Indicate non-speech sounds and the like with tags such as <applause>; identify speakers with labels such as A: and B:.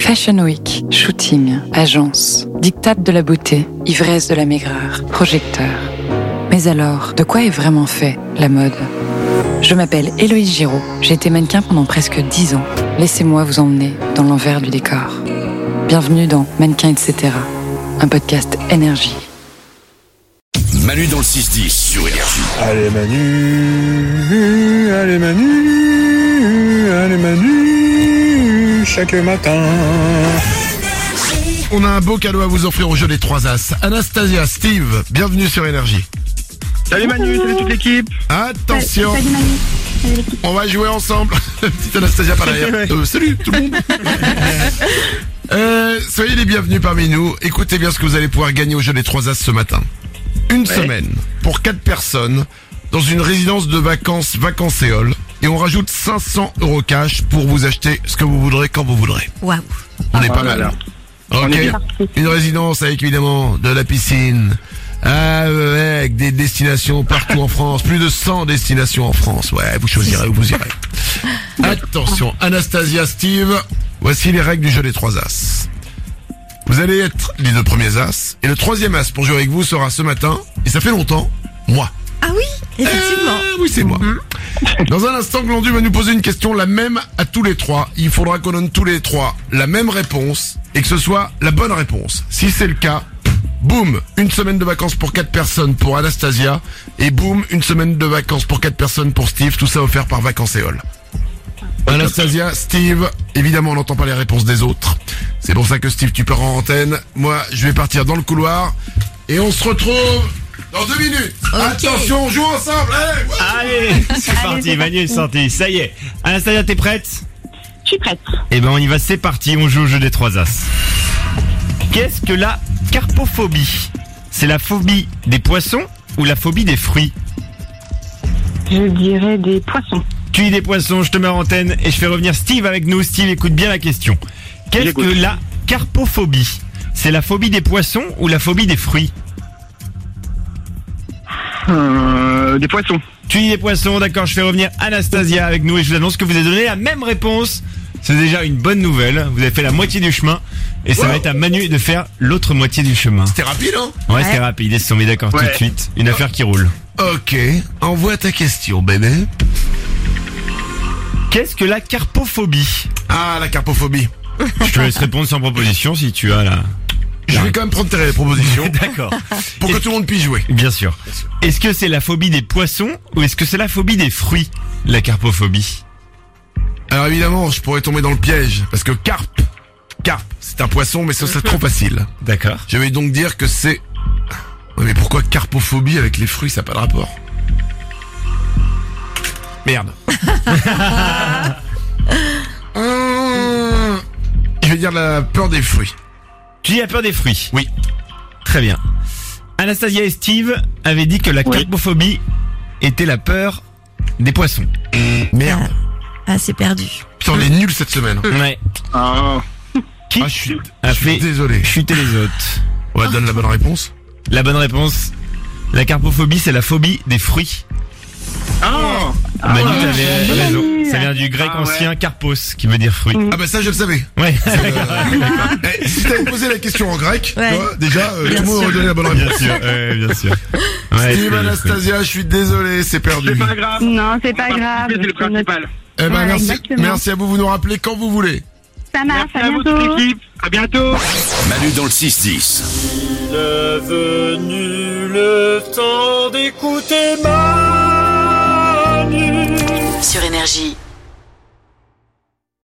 A: Fashion Week, shooting, agence, dictate de la beauté, ivresse de la maigreur, projecteur. Mais alors, de quoi est vraiment fait la mode Je m'appelle Héloïse Giraud, j'ai été mannequin pendant presque 10 ans. Laissez-moi vous emmener dans l'envers du décor. Bienvenue dans Mannequin etc., un podcast énergie.
B: Manu dans le 6-10 sur Énergie.
C: Allez Manu, allez Manu, allez Manu, chaque matin.
D: On a un beau cadeau à vous offrir au jeu des 3 As. Anastasia, Steve, bienvenue sur Énergie.
E: Salut Manu, salut toute l'équipe.
D: Attention,
F: Salut Manu. Salut l'équipe.
D: on va jouer ensemble. <laughs> Petite Anastasia par derrière. Euh, salut tout le
F: <laughs>
D: monde. Euh, soyez les bienvenus parmi nous. Écoutez bien ce que vous allez pouvoir gagner au jeu des 3 As ce matin. Une semaine pour 4 personnes dans une résidence de vacances Vacancéole. Et on rajoute 500 euros cash pour vous acheter ce que vous voudrez quand vous voudrez.
F: Waouh. Ah, bah,
D: On est pas
E: là
D: mal.
E: là.
D: Ok.
E: est bien.
D: Une résidence avec évidemment de la piscine, Ah, avec des destinations partout en France, plus de 100 destinations en France. Ouais, vous choisirez où vous irez.
E: <laughs>
D: Attention, Anastasia, Steve, voici les règles du jeu des trois as. Vous allez être les deux premiers as, et le troisième as pour jouer avec vous sera ce matin, et ça fait longtemps, moi.
F: Ah oui, effectivement.
D: Euh, oui, c'est moi. Dans un instant, Glandu va nous poser une question la même à tous les trois. Il faudra qu'on donne tous les trois la même réponse et que ce soit la bonne réponse. Si c'est le cas, boum, une semaine de vacances pour quatre personnes pour Anastasia et boum, une semaine de vacances pour quatre personnes pour Steve. Tout ça offert par Vacances-Éole. Anastasia, Steve, évidemment, on n'entend pas les réponses des autres. C'est pour ça que Steve, tu pars en antenne. Moi, je vais partir dans le couloir et on se retrouve dans deux minutes. Attention, on joue ensemble. Allez, ouais.
G: <laughs> Allez, c'est parti,
F: c'est
G: Manu est sorti, ça y est. Anastasia, t'es prête
F: Je suis prête.
G: Eh ben on y va, c'est parti, on joue au jeu des trois as. Qu'est-ce que la carpophobie C'est la phobie des poissons ou la phobie des fruits
F: Je dirais des poissons.
G: Tu dis des poissons, je te mets en antenne et je fais revenir Steve avec nous. Steve, écoute bien la question. Qu'est-ce que
E: J'écoute.
G: la carpophobie C'est la phobie des poissons ou la phobie des fruits
E: Euh, des poissons.
G: Tu dis des poissons, d'accord, je fais revenir Anastasia avec nous et je vous annonce que vous avez donné la même réponse. C'est déjà une bonne nouvelle, vous avez fait la moitié du chemin et ça
D: Wow.
G: va être à Manu de faire l'autre moitié du chemin.
D: C'était rapide, hein
G: Ouais, c'est rapide, ils se sont mis d'accord tout
E: Ouais.
G: de suite. Une affaire qui roule.
D: Ok, envoie ta question, bébé.
G: Qu'est-ce que la carpophobie
D: Ah, la carpophobie.
G: Je te laisse répondre sans proposition si tu
D: <laughs>
G: as la...
D: Je vais quand même prendre tes propositions <laughs>
G: D'accord.
D: pour que tout le monde puisse jouer.
G: Bien sûr. Est-ce que c'est la phobie des poissons ou est-ce que c'est la phobie des fruits La carpophobie.
D: Alors évidemment, je pourrais tomber dans le piège parce que carpe, carpe, c'est un poisson, mais ça c'est trop facile.
G: D'accord.
D: Je vais donc dire que c'est. Ouais, Mais pourquoi carpophobie avec les fruits, ça n'a pas de rapport Merde. Hum, je vais dire la peur des fruits.
G: Tu as peur des fruits
D: Oui.
G: Très bien. Anastasia et Steve avaient dit que la
E: Oui.
G: carpophobie était la peur des poissons.
D: Merde.
H: Ah, c'est perdu.
D: Putain, on est nuls cette semaine.
G: Ouais.
E: Ah,
G: Qui
D: Ah, je suis,
G: a
D: je suis
G: fait
D: désolé.
G: chuter les autres
D: Ouais, donne la bonne réponse.
G: La bonne réponse, la carpophobie, c'est la phobie des fruits.
E: ah,
G: Manu, t'avais
F: bonne
G: raison.
F: idée.
G: Ça vient du grec
E: Ah ouais. Mm.
G: ancien carpos, qui veut dire fruit.
D: Ah bah ça, je le savais.
E: <laughs>
G: Ouais.
D: Eh, si t'avais posé la question en grec,
H: Ouais.
D: tu vois, déjà, euh,
H: Bien
D: tout le monde
H: sûr.
D: aurait donné la bonne réponse.
G: bien sûr, ouais, bien sûr. Ouais,
D: Steve,
G: c'est-
D: Anastasia, je suis désolé, c'est perdu.
E: c'est pas grave.
F: Non, c'est pas grave.
E: Participer, Ah. C'est le
F: C'est notre-
E: principal.
D: Eh ben,
F: Ouais,
D: merci,
F: exactement.
D: merci à vous, vous nous rappelez quand vous voulez.
F: Ça marche,
E: Merci à
F: à
E: vous
F: bientôt.
E: toute l'équipe. À bientôt.
B: Manu dans le 6-10.
I: Il est venu le temps d'écouter Manu.
J: Sur énergie.